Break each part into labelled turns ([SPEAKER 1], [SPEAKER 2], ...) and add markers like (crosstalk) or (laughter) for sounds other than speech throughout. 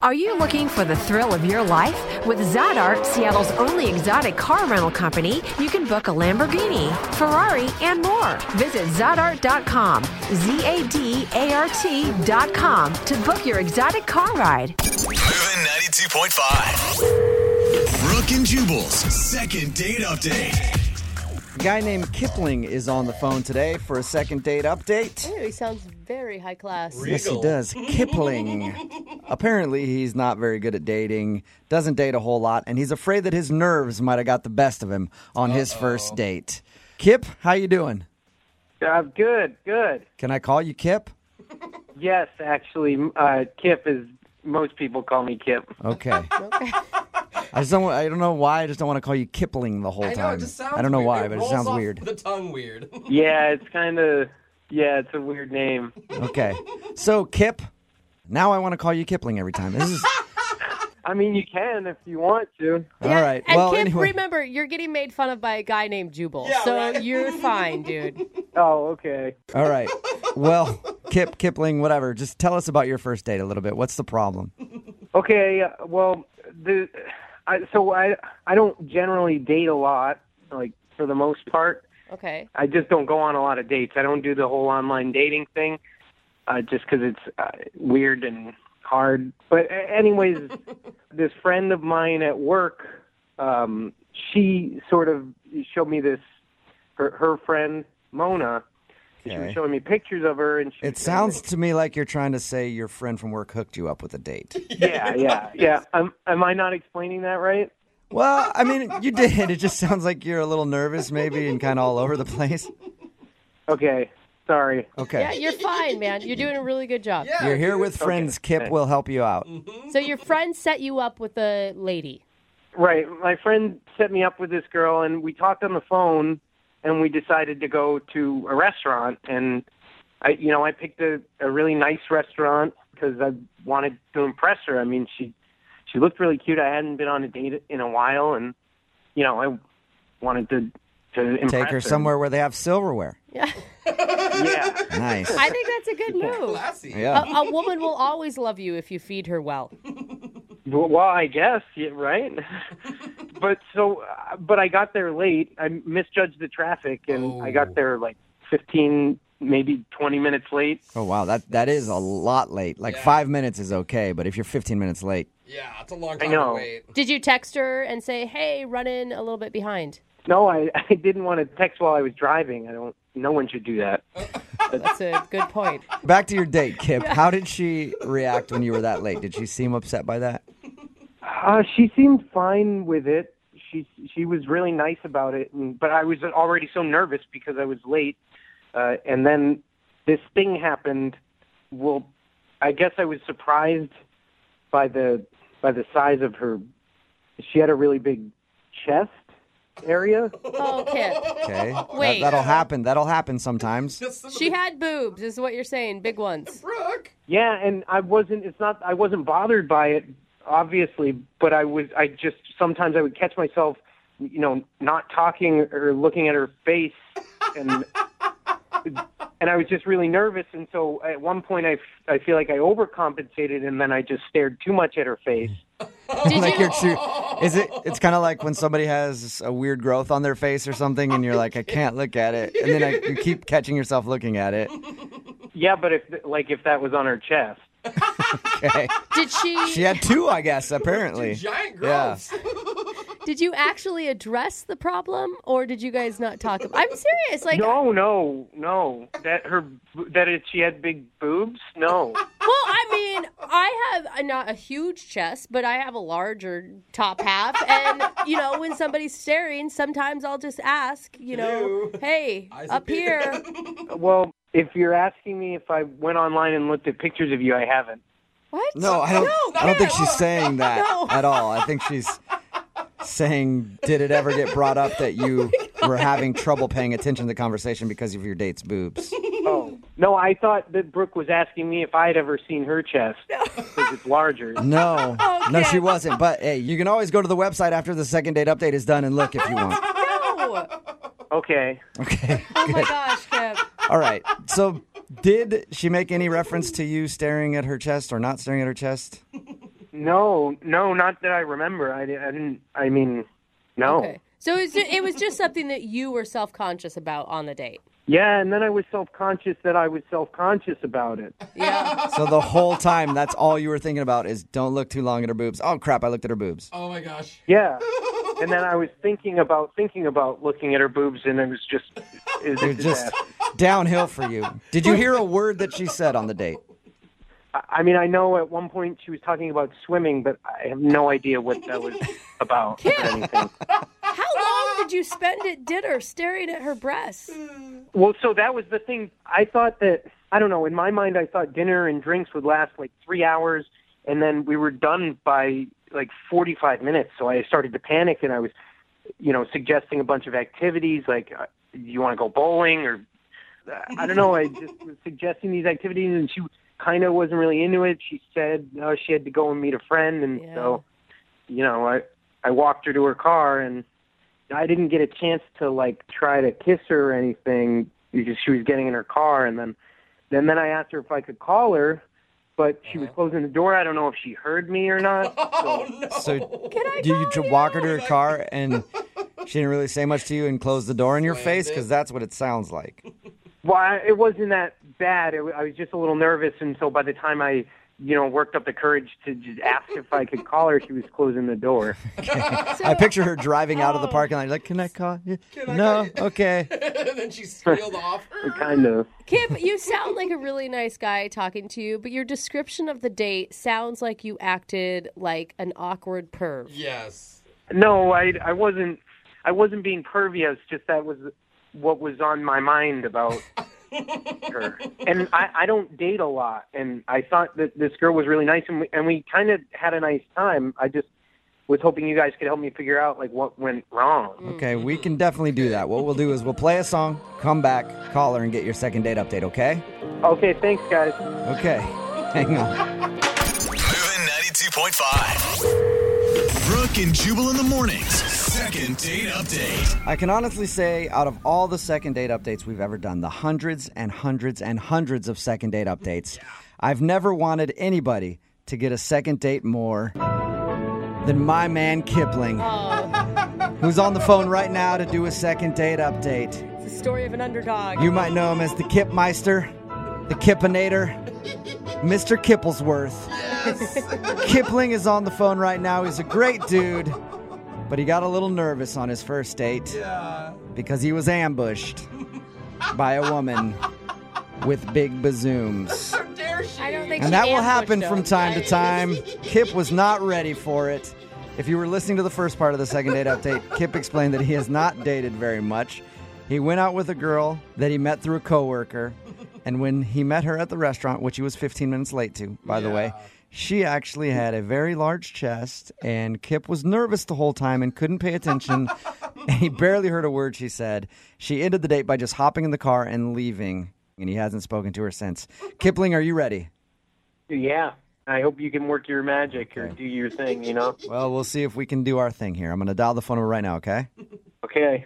[SPEAKER 1] Are you looking for the thrill of your life? With Zadart, Seattle's only exotic car rental company, you can book a Lamborghini, Ferrari, and more. Visit Zadart.com, Z A D A R T.com to book your exotic car ride.
[SPEAKER 2] Moving 92.5. Brooke and Jubal's second date update.
[SPEAKER 3] A guy named Kipling is on the phone today for a second date update.
[SPEAKER 4] Ew, he sounds very high class.
[SPEAKER 3] Yes, he does.
[SPEAKER 5] (laughs)
[SPEAKER 3] Kipling. Apparently, he's not very good at dating, doesn't date a whole lot, and he's afraid that his nerves might have got the best of him on his first date. Kip, how you doing?
[SPEAKER 6] Uh, good, good.
[SPEAKER 3] Can I call you Kip?
[SPEAKER 6] Yes, actually, m- uh, Kip is. Most people call me Kip.
[SPEAKER 3] Okay.
[SPEAKER 5] (laughs)
[SPEAKER 3] I just don't. I don't know why. I just don't want to call you Kipling the whole
[SPEAKER 5] I know,
[SPEAKER 3] time.
[SPEAKER 5] it just sounds
[SPEAKER 3] I don't know
[SPEAKER 5] weird.
[SPEAKER 3] why, but it
[SPEAKER 5] rolls
[SPEAKER 3] sounds
[SPEAKER 5] off
[SPEAKER 3] weird.
[SPEAKER 5] The tongue weird.
[SPEAKER 6] Yeah, it's kind of. Yeah, it's a weird name.
[SPEAKER 3] Okay. So Kip, now I want to call you Kipling every time. This
[SPEAKER 5] (laughs)
[SPEAKER 3] is
[SPEAKER 6] I mean, you can if you want to.
[SPEAKER 3] all right.
[SPEAKER 4] And
[SPEAKER 3] well,
[SPEAKER 4] Kip,
[SPEAKER 3] anyway.
[SPEAKER 4] remember, you're getting made fun of by a guy named Jubal.
[SPEAKER 5] Yeah,
[SPEAKER 4] so
[SPEAKER 5] right.
[SPEAKER 3] (laughs)
[SPEAKER 4] you're fine, dude.
[SPEAKER 6] Oh, okay.
[SPEAKER 3] All right. Well, Kip, Kipling, whatever. Just tell us about your first date a little bit. What's the problem?
[SPEAKER 6] Okay. uh, Well, the I, so I I don't generally date a lot. Like for the most part,
[SPEAKER 4] Okay.
[SPEAKER 6] I just don't go on a lot of dates. I don't do the whole online dating thing, uh, just 'cause it's uh, weird and hard. But a- anyways, this friend of mine at work, um, she sort of showed me this. Her her friend Mona, she was showing me pictures of her, and she
[SPEAKER 3] It
[SPEAKER 6] was
[SPEAKER 3] sounds to me like you're trying to say your friend from work hooked you up with a date.
[SPEAKER 6] (laughs) yeah yeah yeah. Am am I not explaining that right?
[SPEAKER 3] Well, I mean, you did. It just sounds like you're a little nervous, maybe, and kind of all over the place.
[SPEAKER 6] Okay, sorry.
[SPEAKER 4] Yeah,
[SPEAKER 3] Okay.
[SPEAKER 4] you're fine, man. You're doing a really good job.
[SPEAKER 5] Yeah.
[SPEAKER 3] You're here with friends. Kip will help you out.
[SPEAKER 4] So your friend set you up with a lady.
[SPEAKER 6] Right. My friend set me up with this girl, and we talked on the phone, and we decided to go to a restaurant. And I, you know, I picked a, a really nice restaurant because I wanted to impress her. I mean, she she looked really cute. I hadn't been on a date in a while, and you know, I wanted to to impress
[SPEAKER 3] Take her somewhere where they have silverware.
[SPEAKER 6] Yeah.
[SPEAKER 3] Nice.
[SPEAKER 4] I think that's a
[SPEAKER 3] (laughs)
[SPEAKER 4] good move.
[SPEAKER 5] Classy.
[SPEAKER 4] A,
[SPEAKER 3] Yeah.
[SPEAKER 4] a woman will always love you if you feed her well.
[SPEAKER 6] Well, well, I guess, yeah, right? but so, uh, but I got there late. I misjudged the traffic, and I
[SPEAKER 5] Oh.
[SPEAKER 6] got there like 15, maybe 20 minutes late.
[SPEAKER 3] Oh wow, that that is a lot late. Like
[SPEAKER 5] Yeah.
[SPEAKER 3] five minutes is okay, but if you're 15 minutes late,
[SPEAKER 5] Yeah, it's a long time to
[SPEAKER 6] know.
[SPEAKER 5] wait.
[SPEAKER 4] Did you text her and say, hey, run in a little bit behind?
[SPEAKER 6] No, I, (laughs) I didn't want to text while I was driving. I don't. No one should do that.
[SPEAKER 4] That's a
[SPEAKER 3] (laughs)
[SPEAKER 4] good point.
[SPEAKER 3] back to your date, Kip. How did she react when you were that late? Did she seem upset by that?
[SPEAKER 6] Uh, she seemed fine with it. She she was really nice about it, and, but I was already so nervous because I was late. Uh, and then this thing happened. Well, I guess I was surprised by the by the size of her. She had a really big chest area.
[SPEAKER 4] Oh, Kip.
[SPEAKER 3] Okay.
[SPEAKER 4] Wait.
[SPEAKER 3] That, will happen. That'll happen sometimes.
[SPEAKER 5] Just some
[SPEAKER 4] She had boobs, is what you're saying. Big ones.
[SPEAKER 5] Brooke.
[SPEAKER 6] Yeah, and I wasn't. It's not. I wasn't bothered by it, obviously. But I was. I just sometimes I would catch myself, you know, not talking or looking at her face, and and I was just really nervous. And so at one point, I f- I feel like I overcompensated, and then I just stared too much at her face.
[SPEAKER 4] Did
[SPEAKER 3] like
[SPEAKER 4] you?
[SPEAKER 3] you're too, is it it's kind of like when somebody has a weird growth on their face or something and you're like I can't look at it and then I, you keep catching yourself looking at it.
[SPEAKER 6] Yeah, but if like if that was on her chest.
[SPEAKER 3] Okay.
[SPEAKER 4] Did she?
[SPEAKER 3] (laughs) She had two, I guess, apparently.
[SPEAKER 5] Giant
[SPEAKER 3] Yeah.
[SPEAKER 5] growths.
[SPEAKER 4] Did you actually address the problem, or did you guys not talk? About- I'm serious. Like, well,
[SPEAKER 6] No, no, no. That her that it, she had big boobs. No.
[SPEAKER 4] I mean, I have a, not a huge chest, but I have a larger top half, and you know, when somebody's staring, sometimes I'll just ask, you know,
[SPEAKER 5] Hello.
[SPEAKER 4] hey,
[SPEAKER 5] Eyes
[SPEAKER 4] up
[SPEAKER 5] up here."
[SPEAKER 4] here.
[SPEAKER 5] (laughs)
[SPEAKER 6] Well, if you're asking me if I went online and looked at pictures of you, I haven't.
[SPEAKER 4] What?
[SPEAKER 3] No, I
[SPEAKER 4] (laughs)
[SPEAKER 3] don't I don't think
[SPEAKER 5] at
[SPEAKER 3] she's
[SPEAKER 5] all.
[SPEAKER 3] saying that
[SPEAKER 4] No.
[SPEAKER 3] at all. I think she's saying did it ever get brought up that you were having trouble paying attention to the conversation because of your date's boobs?
[SPEAKER 6] Oh no, I thought that Brooke was asking me if I'd ever seen her chest because it's larger.
[SPEAKER 3] No. No,
[SPEAKER 4] Okay.
[SPEAKER 3] she wasn't. But hey, you can always go to the website after the second date update is done and look if you want.
[SPEAKER 4] No.
[SPEAKER 6] Okay,
[SPEAKER 3] Okay.
[SPEAKER 4] (laughs) Oh my gosh, Kev.
[SPEAKER 3] All right. So, did she make any reference to you staring at her chest or not staring at her chest?
[SPEAKER 6] No, no, not that I remember. I, di- I didn't. I mean, no.
[SPEAKER 4] Okay. So it was, ju- it was just something that you were self conscious about on the date.
[SPEAKER 6] Yeah, and then I was self conscious that I was self conscious about it.
[SPEAKER 4] Yeah.
[SPEAKER 3] So the whole time, that's all you were thinking about is don't look too long at her boobs. Oh crap! I looked at her boobs.
[SPEAKER 5] Oh my gosh.
[SPEAKER 6] Yeah. And then I was thinking about thinking about looking at her boobs, and it was just, it was a
[SPEAKER 3] You're just
[SPEAKER 6] disaster.
[SPEAKER 3] downhill for you. Did you hear a word that she said on the date?
[SPEAKER 6] I- I mean, I know at one point she was talking about swimming, but I have no idea what that was about or anything.
[SPEAKER 4] How long did you spend at dinner staring at her breasts?
[SPEAKER 6] Well, so that was the thing. I thought that I don't know. In my mind, I thought dinner and drinks would last like three hours, and then we were done by like forty-five minutes. So I started to panic, and I was, you know, suggesting a bunch of activities like, uh, "Do you want to go bowling?" or uh, I don't know. I just was suggesting these activities, and she kind of wasn't really into it. She said uh, she had to go and meet a friend, and
[SPEAKER 4] Yeah.
[SPEAKER 6] so, you know, I I walked her to her car and. I didn't get a chance to like try to kiss her or anything because she was getting in her car and then then then I asked her if I could call her, but she was closing the door. I don't know if she heard me or not. So,
[SPEAKER 3] So
[SPEAKER 5] Oh.
[SPEAKER 3] do you ju- walk her to her car and she didn't really say much to you and close the door in your face because that's what it sounds like.
[SPEAKER 6] well, I, it wasn't that bad. It, wa- I was just a little nervous, and so by the time I you know worked up the courage to just ask if I could call her, she was closing the door.
[SPEAKER 3] I picture her driving out
[SPEAKER 4] Oh.
[SPEAKER 3] of the parking lot like, "Can I call you?"
[SPEAKER 5] I
[SPEAKER 3] no,
[SPEAKER 5] call you?" (laughs)
[SPEAKER 3] okay.
[SPEAKER 5] and then she squealed off.
[SPEAKER 6] Kind of.
[SPEAKER 4] Kip, you sound like a really nice guy talking to you, but your description of the date sounds like you acted like an awkward perv.
[SPEAKER 5] Yes. (laughs)
[SPEAKER 6] No, I I wasn't I wasn't being pervy. I was just that was what was on my mind about her. And I I don't date a lot, and I thought that this girl was really nice, and we, and we kind of had a nice time. I just was hoping you guys could help me figure out like what went wrong.
[SPEAKER 3] Okay, we can definitely do that. What we'll do is we'll play a song, come back, call her, and get your second date update. Okay?
[SPEAKER 6] Okay, thanks guys.
[SPEAKER 3] Okay. (laughs) Hang on.
[SPEAKER 2] Moving 92.5. Brooke and Jubal in the mornings. Second date update.
[SPEAKER 3] I can honestly say, out of all the second date updates we've ever done, the hundreds and hundreds and hundreds of second date updates, I've never wanted anybody to get a second date more than my man Kipling, who's on the phone right now to do a second date update.
[SPEAKER 4] It's the story of an underdog.
[SPEAKER 3] You might know him as the Kipmeister, the Kippinator, Mr. Kipplesworth. Kipling is on the phone right now. He's a great dude, but he got a little nervous on his first date because he was ambushed by a woman with big bazooms.
[SPEAKER 4] I don't think
[SPEAKER 3] And
[SPEAKER 4] she
[SPEAKER 3] that will
[SPEAKER 4] ambushed
[SPEAKER 3] happen
[SPEAKER 4] him.
[SPEAKER 3] from time to time. Kip was not ready for it. If you were listening to the first part of the second date update, Kip explained that he has not dated very much. He went out with a girl that he met through a coworker, and when he met her at the restaurant, which he was 15 minutes late to, by the way, she actually had a very large chest, and Kip was nervous the whole time and couldn't pay attention. (laughs) and he barely heard a word she said. She ended the date by just hopping in the car and leaving, and he hasn't spoken to her since. Kipling, are you ready?
[SPEAKER 6] Yeah. I hope you can work your magic or do your thing, you know.
[SPEAKER 3] Well, we'll see if we can do our thing here. I'm going to dial the phone number right now, (laughs) okay?
[SPEAKER 6] Okay.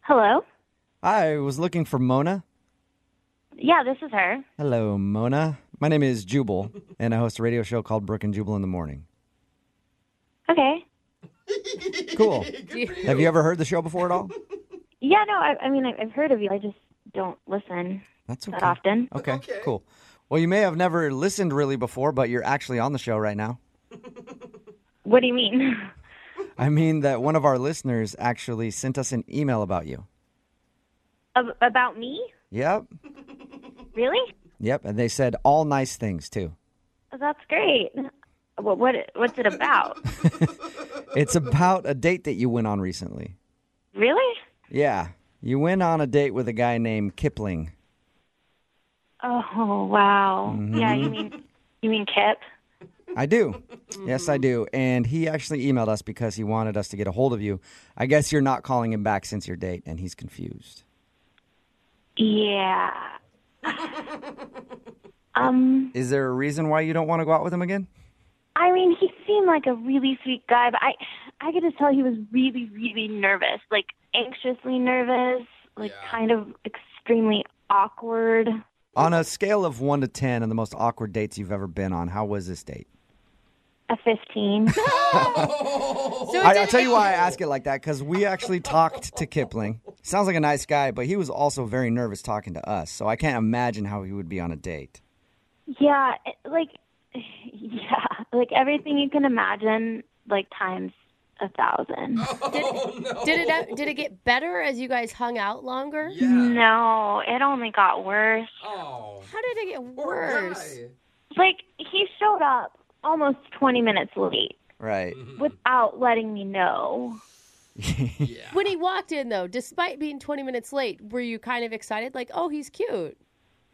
[SPEAKER 7] Hello?
[SPEAKER 3] I was looking for Mona.
[SPEAKER 7] Yeah, this is her.
[SPEAKER 3] Hello, Mona. My name is Jubal, and I host a radio show called Brooke and Jubal in the Morning. (laughs)
[SPEAKER 7] Okay.
[SPEAKER 3] Cool. Have you ever heard the show before at all?
[SPEAKER 7] Yeah, no, I, I mean, I, I've heard of you. I just don't listen
[SPEAKER 3] That's
[SPEAKER 7] that
[SPEAKER 3] okay.
[SPEAKER 7] often.
[SPEAKER 3] Okay, cool. Well, you may have never listened really before, but you're actually on the show right now.
[SPEAKER 7] What do you mean? (laughs)
[SPEAKER 3] I mean, that one of our listeners actually sent us an email about you.
[SPEAKER 7] Ab- about me?
[SPEAKER 3] Yep.
[SPEAKER 7] Really? Oh,
[SPEAKER 3] Yep. And they said all nice things, too.
[SPEAKER 7] That's great. What, what What's it about?
[SPEAKER 3] It's about a date that you went on recently.
[SPEAKER 7] really?
[SPEAKER 3] Yeah. You went on a date with a guy named Kipling.
[SPEAKER 7] Oh, wow.
[SPEAKER 3] Mm-hmm.
[SPEAKER 7] Yeah, you mean you mean Kip?
[SPEAKER 3] I do. Yes, I do. And he actually emailed us because he wanted us to get a hold of you. I guess you're not calling him back since your date, and he's confused. (laughs)
[SPEAKER 7] Yeah. um,
[SPEAKER 3] Is there a reason why you don't want to go out with him again?
[SPEAKER 7] I mean, he seemed like a really sweet guy, but I I could just tell he was really really nervous, like anxiously nervous. like
[SPEAKER 5] Yeah.
[SPEAKER 7] kind of extremely awkward.
[SPEAKER 3] On a scale of one to ten, and the most awkward dates you've ever been on, how was this date?
[SPEAKER 7] A fifteen.
[SPEAKER 4] So
[SPEAKER 3] I,
[SPEAKER 4] did
[SPEAKER 3] I'll tell you
[SPEAKER 4] it-
[SPEAKER 3] why I ask it like that because we actually talked to Kipling. Sounds like a nice guy, but he was also very nervous talking to us. So I can't imagine how he would be on a date.
[SPEAKER 7] yeah, it- like yeah, like everything you can imagine, like times a thousand.
[SPEAKER 5] Oh,
[SPEAKER 4] Did it ev- did it get better as you guys hung out longer?
[SPEAKER 5] Yeah.
[SPEAKER 7] No, it only got worse.
[SPEAKER 5] Oh.
[SPEAKER 4] How did it get
[SPEAKER 5] poor
[SPEAKER 4] worse?
[SPEAKER 5] guy.
[SPEAKER 7] Like he showed up almost twenty minutes late
[SPEAKER 3] Right.
[SPEAKER 7] without letting me know.
[SPEAKER 4] When he walked in though, despite being 20 minutes late, were you kind of excited like, "Oh, he's cute."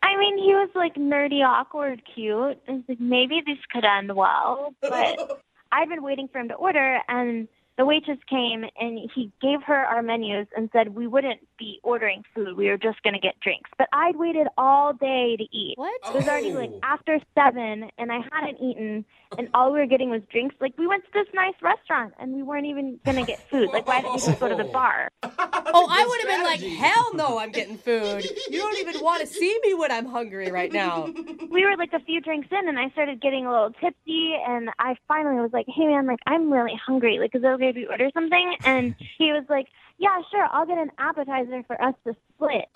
[SPEAKER 7] I mean, he was like nerdy, awkward, cute. I was like, maybe this could end well. But I'd been waiting for him to order, and the waitress came and he gave her our menus and said we wouldn't be ordering food. We were just going to get drinks. But I'd waited all day to eat.
[SPEAKER 4] What?
[SPEAKER 7] It was already like after seven, and I hadn't eaten, and all we were getting was drinks. Like, we went to this nice restaurant, and we weren't even going to get food. Like, why didn't we just go to the bar?
[SPEAKER 4] Oh, I would have been like, "Hell no, I'm getting food. You don't even want to see me when I'm hungry right now."
[SPEAKER 7] we were like a few drinks in and I started getting a little tipsy and I finally was like, Hey man, like I'm really hungry. Like, is it okay if we order something? And he was like, Yeah, sure, I'll get an appetizer for us to split.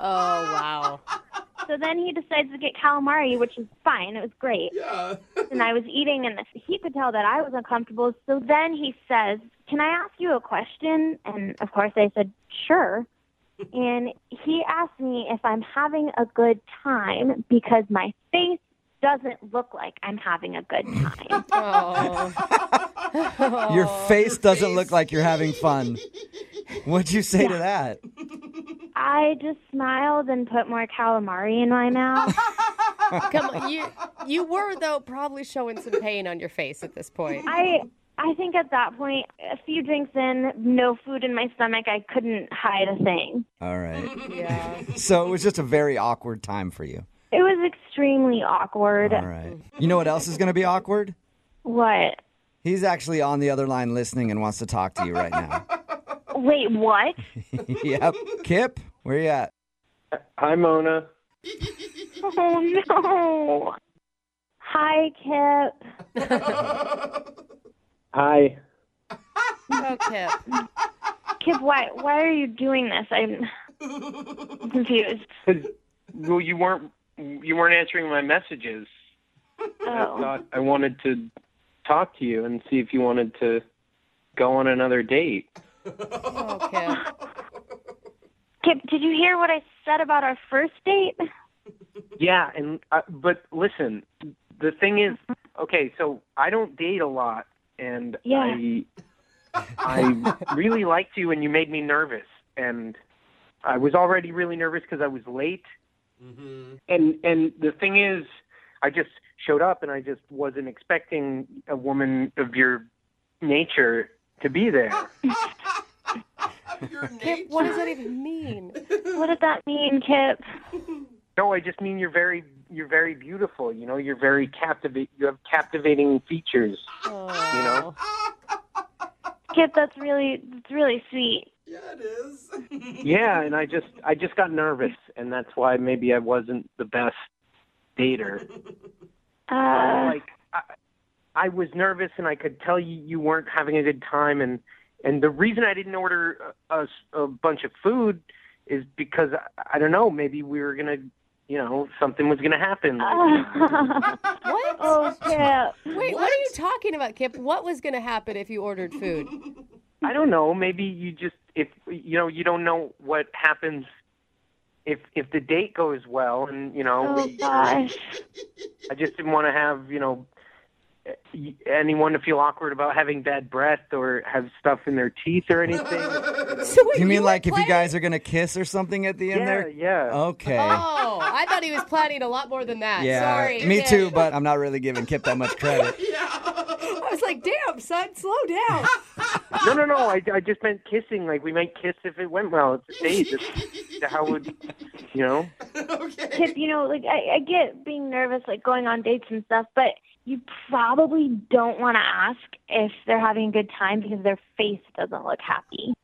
[SPEAKER 4] Oh, wow.
[SPEAKER 7] So then he decides to get calamari, which is fine, it was great.
[SPEAKER 5] Yeah. (laughs)
[SPEAKER 7] And I was eating and he could tell that I was uncomfortable. So then he says, Can I ask you a question? And of course I said, Sure. And he asked me if I'm having a good time because my face doesn't look like I'm having a good time.
[SPEAKER 4] Oh.
[SPEAKER 3] Your face doesn't look like you're having fun. What'd you say to that?
[SPEAKER 7] I just smiled and put more calamari in my mouth.
[SPEAKER 4] Come on, you you were though probably showing some pain on your face at this point.
[SPEAKER 7] I I think at that point, a few drinks in, no food in my stomach, I couldn't hide a thing.
[SPEAKER 3] All right.
[SPEAKER 4] Yeah.
[SPEAKER 3] So it was just a very awkward time for you.
[SPEAKER 7] It was extremely awkward.
[SPEAKER 3] All right. You know what else is going to be awkward?
[SPEAKER 7] What?
[SPEAKER 3] He's actually on the other line listening and wants to talk to you right now. (laughs)
[SPEAKER 7] Wait, what?
[SPEAKER 3] yep. Kip, where you at?
[SPEAKER 6] Hi, Mona.
[SPEAKER 7] Oh no. Hi, Kip.
[SPEAKER 6] Hi.
[SPEAKER 4] Oh, Kip.
[SPEAKER 7] Kip, why why are you doing this? I'm confused.
[SPEAKER 6] (laughs) Well, you weren't you weren't answering my messages. I
[SPEAKER 7] Oh.
[SPEAKER 6] thought I wanted to talk to you and see if you wanted to go on another date.
[SPEAKER 4] Oh, Kip.
[SPEAKER 7] Kip, did you hear what I said about our first date?
[SPEAKER 6] Yeah, and uh, but listen, the thing is, okay, so I don't date a lot, and
[SPEAKER 7] Yeah.
[SPEAKER 6] I I really liked you, and you made me nervous, and I was already really nervous because I was late, and and the thing is, I just showed up, and I just wasn't expecting a woman of your nature to be there.
[SPEAKER 4] (laughs)
[SPEAKER 5] Your
[SPEAKER 4] Kip,
[SPEAKER 5] nature.
[SPEAKER 4] what does that even mean?
[SPEAKER 7] What did that mean, Kip?
[SPEAKER 6] No, I just mean you're very you're very beautiful. You know, you're very captivate. You have captivating features. You know.
[SPEAKER 7] Kip, that's really that's really sweet.
[SPEAKER 5] Yeah, it is. (laughs)
[SPEAKER 6] Yeah, and I just I just got nervous, and that's why maybe I wasn't the best dater.
[SPEAKER 7] Uh,
[SPEAKER 6] Like I, I was nervous, and I could tell you you weren't having a good time, and and the reason I didn't order a, a s- a bunch of food is because I, I don't know maybe we were gonna you know something was gonna happen.
[SPEAKER 7] (laughs)
[SPEAKER 4] What?
[SPEAKER 7] oh, Kip.
[SPEAKER 4] Wait, what are you talking about, Kip? What was going to happen if you ordered food?
[SPEAKER 6] I don't know. Maybe you just if you know you don't know what happens if if the date goes well, and you know
[SPEAKER 7] Oh gosh.
[SPEAKER 6] I just didn't want to have you know eh, anyone to feel awkward about having bad breath or have stuff in their teeth or anything.
[SPEAKER 4] So wait,
[SPEAKER 3] You mean (laughs)
[SPEAKER 4] were
[SPEAKER 3] like if you
[SPEAKER 4] planning-
[SPEAKER 3] guys are going to kiss or something at the end
[SPEAKER 6] yeah,
[SPEAKER 3] there?
[SPEAKER 6] yeah.
[SPEAKER 3] Okay.
[SPEAKER 4] Oh, I thought he was planning a lot more than that.
[SPEAKER 3] yeah.
[SPEAKER 4] Sorry.
[SPEAKER 3] Me
[SPEAKER 4] Yeah.
[SPEAKER 3] too, but I'm not really giving Kip that much credit.
[SPEAKER 4] I was like, damn, son, slow down.
[SPEAKER 6] No, no, no. I, I just meant kissing. Like we might kiss if it went well. It's a date. That's how would you know?
[SPEAKER 7] Kip, you know, like I, I get being nervous, like going on dates and stuff, but you probably don't want to ask if they're having a good time because their face doesn't look happy.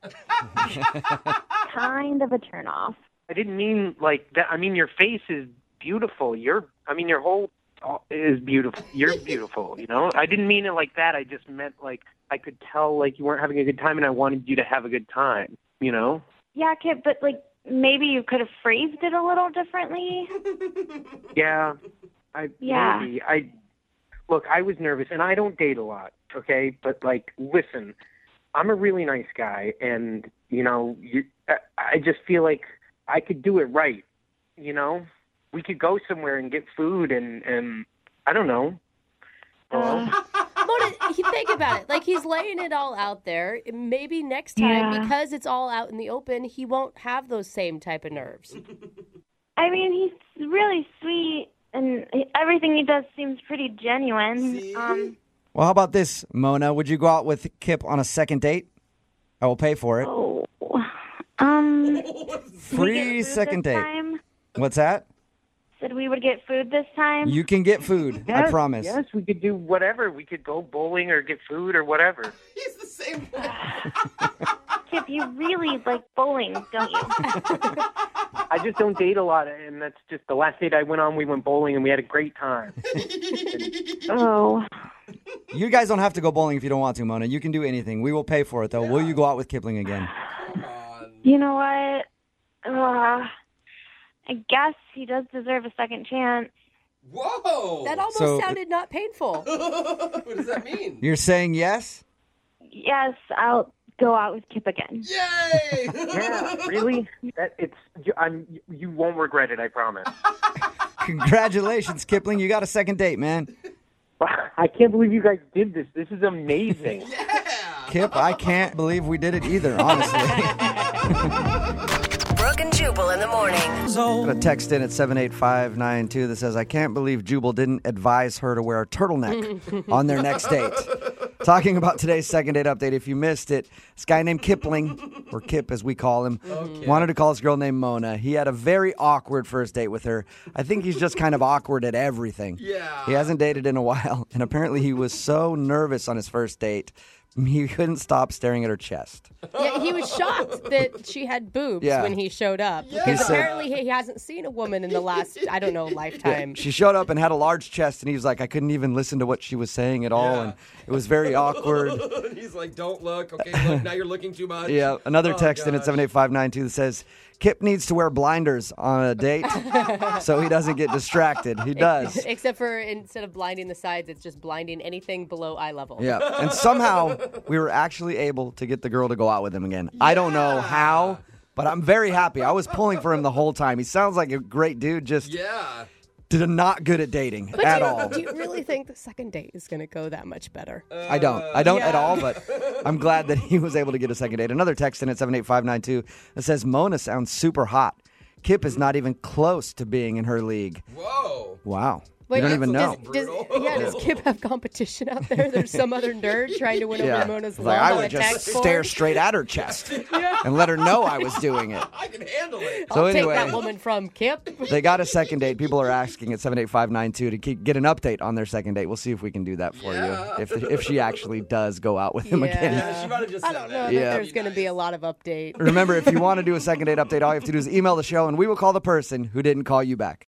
[SPEAKER 7] kind of a turnoff.
[SPEAKER 6] I didn't mean like that. I mean your face is beautiful. Your I mean your whole uh, is beautiful. You're beautiful. You know. I didn't mean it like that. I just meant like I could tell like you weren't having a good time, and I wanted you to have a good time. You know.
[SPEAKER 7] Yeah, Kip, but like maybe you could have phrased it a little differently.
[SPEAKER 6] Yeah. I
[SPEAKER 7] Yeah.
[SPEAKER 6] maybe I look, I was nervous and I don't date a lot, okay? But like listen, I'm a really nice guy and you know, you I, I just feel like I could do it right, you know? We could go somewhere and get food and and I don't know. Hello?
[SPEAKER 7] Uh,
[SPEAKER 4] Mona, he- think about it. Like he's laying it all out there. Maybe next time,
[SPEAKER 7] Yeah.
[SPEAKER 4] because it's all out in the open, he won't have those same type of nerves.
[SPEAKER 7] I mean, he's really sweet, and he- everything he does seems pretty genuine. Um,
[SPEAKER 3] Well, how about this, Mona? Would you go out with Kip on a second date? I will pay for it.
[SPEAKER 7] oh, um,
[SPEAKER 3] Free second
[SPEAKER 7] this
[SPEAKER 3] date.
[SPEAKER 7] Time?
[SPEAKER 3] What's that?
[SPEAKER 7] Said we would get food this time.
[SPEAKER 3] You can get food. I
[SPEAKER 6] Yes,
[SPEAKER 3] promise.
[SPEAKER 6] Yes, we could do whatever. We could go bowling or get food or whatever.
[SPEAKER 5] He's the same way.
[SPEAKER 7] Kip, you really like bowling, don't you?
[SPEAKER 6] I just don't date a lot, and that's just the last date I went on. We went bowling and we had a great time.
[SPEAKER 7] oh,
[SPEAKER 3] You guys don't have to go bowling if you don't want to, Mona. You can do anything. We will pay for it, though. Will you go out with Kipling again?
[SPEAKER 7] you know what? Uh, I guess he does deserve a second chance.
[SPEAKER 5] Whoa.
[SPEAKER 4] That almost
[SPEAKER 3] So-
[SPEAKER 4] sounded not painful.
[SPEAKER 5] (laughs) what does that mean?
[SPEAKER 3] You're saying yes?
[SPEAKER 7] Yes, I'll go out with Kip again.
[SPEAKER 3] (laughs)
[SPEAKER 5] Yay!
[SPEAKER 6] (laughs) Yeah, really? That it's you, I'm you won't regret it, I promise.
[SPEAKER 3] Congratulations, Kipling. You got a second date, man.
[SPEAKER 6] (laughs) I can't believe you guys did this. This is amazing.
[SPEAKER 3] Kip, I can't believe we did it either, honestly.
[SPEAKER 8] Brooke and Jubal in the morning.
[SPEAKER 3] Got a text in at 78592 that says, I can't believe Jubal didn't advise her to wear a turtleneck on their next date. Talking about today's second date update, if you missed it, this guy named Kipling, or Kip as we call him, wanted to call this girl named Mona. He had a very awkward first date with her. I think he's just kind of awkward at everything.
[SPEAKER 5] Yeah.
[SPEAKER 3] He hasn't dated in a while, and apparently he was so nervous on his first date, he couldn't stop staring at her chest.
[SPEAKER 4] Yeah, he was shocked that she had boobs
[SPEAKER 3] Yeah.
[SPEAKER 4] when he showed up
[SPEAKER 3] He
[SPEAKER 4] because
[SPEAKER 3] said-
[SPEAKER 4] apparently he hasn't seen a woman in the last I don't know lifetime.
[SPEAKER 3] She showed up and had a large chest, and he was like, I couldn't even listen to what she was saying at all, and it was very awkward.
[SPEAKER 5] (laughs) He's like, don't look. Okay, look. Now you're looking too much.
[SPEAKER 3] Yeah, another
[SPEAKER 5] Oh,
[SPEAKER 3] text in at
[SPEAKER 5] gosh.
[SPEAKER 3] 78592 that says, Kip needs to wear blinders on a
[SPEAKER 4] (laughs)
[SPEAKER 3] date so he doesn't get distracted. He does.
[SPEAKER 4] (laughs) Except for instead of blinding the sides, it's just blinding anything below eye level.
[SPEAKER 3] Yeah. And somehow we were actually able to get the girl to go out with him again. I don't know how, but I'm very happy. I was pulling for him the whole time. He sounds like a great dude, just
[SPEAKER 5] Yeah.
[SPEAKER 3] did not good at dating
[SPEAKER 4] But
[SPEAKER 3] at
[SPEAKER 4] do, you-
[SPEAKER 3] all. Uh,
[SPEAKER 4] do you really think the second date is going to go that much better?
[SPEAKER 3] I don't. I don't at
[SPEAKER 4] Yeah.
[SPEAKER 3] all, but I'm glad that he was able to get a second date. Another text in at 78592 that says Mona sounds super hot. Kip is not even close to being in her league.
[SPEAKER 5] Whoa.
[SPEAKER 3] Wow. you don't
[SPEAKER 4] does-
[SPEAKER 3] even know.
[SPEAKER 4] does- does-
[SPEAKER 5] Brutal.
[SPEAKER 4] yeah, does Kip have competition out there? There's some other nerd trying to win over
[SPEAKER 3] yeah.
[SPEAKER 4] Mona's
[SPEAKER 3] It's
[SPEAKER 4] love
[SPEAKER 3] like, I
[SPEAKER 4] on a
[SPEAKER 3] would just
[SPEAKER 4] text
[SPEAKER 3] stare
[SPEAKER 4] board.
[SPEAKER 3] straight at her
[SPEAKER 4] (laughs)
[SPEAKER 3] chest and let her know I was doing it.
[SPEAKER 5] I can handle it.
[SPEAKER 3] So
[SPEAKER 4] Take
[SPEAKER 3] anyway,
[SPEAKER 4] that woman from Kip. (laughs)
[SPEAKER 3] they got a second date. People are asking at 78592 to keep, get an update on their second date. We'll see if we can do that for
[SPEAKER 5] Yeah.
[SPEAKER 3] you. If if she actually does go out with him again.
[SPEAKER 5] Yeah, she might have just
[SPEAKER 4] I
[SPEAKER 5] said
[SPEAKER 4] don't know
[SPEAKER 5] that.
[SPEAKER 4] that
[SPEAKER 3] Yeah.
[SPEAKER 4] there's going to be a lot of update.
[SPEAKER 3] Remember, if you want to do a second date update, all you have to do is email the show and we will call the person who didn't call you back.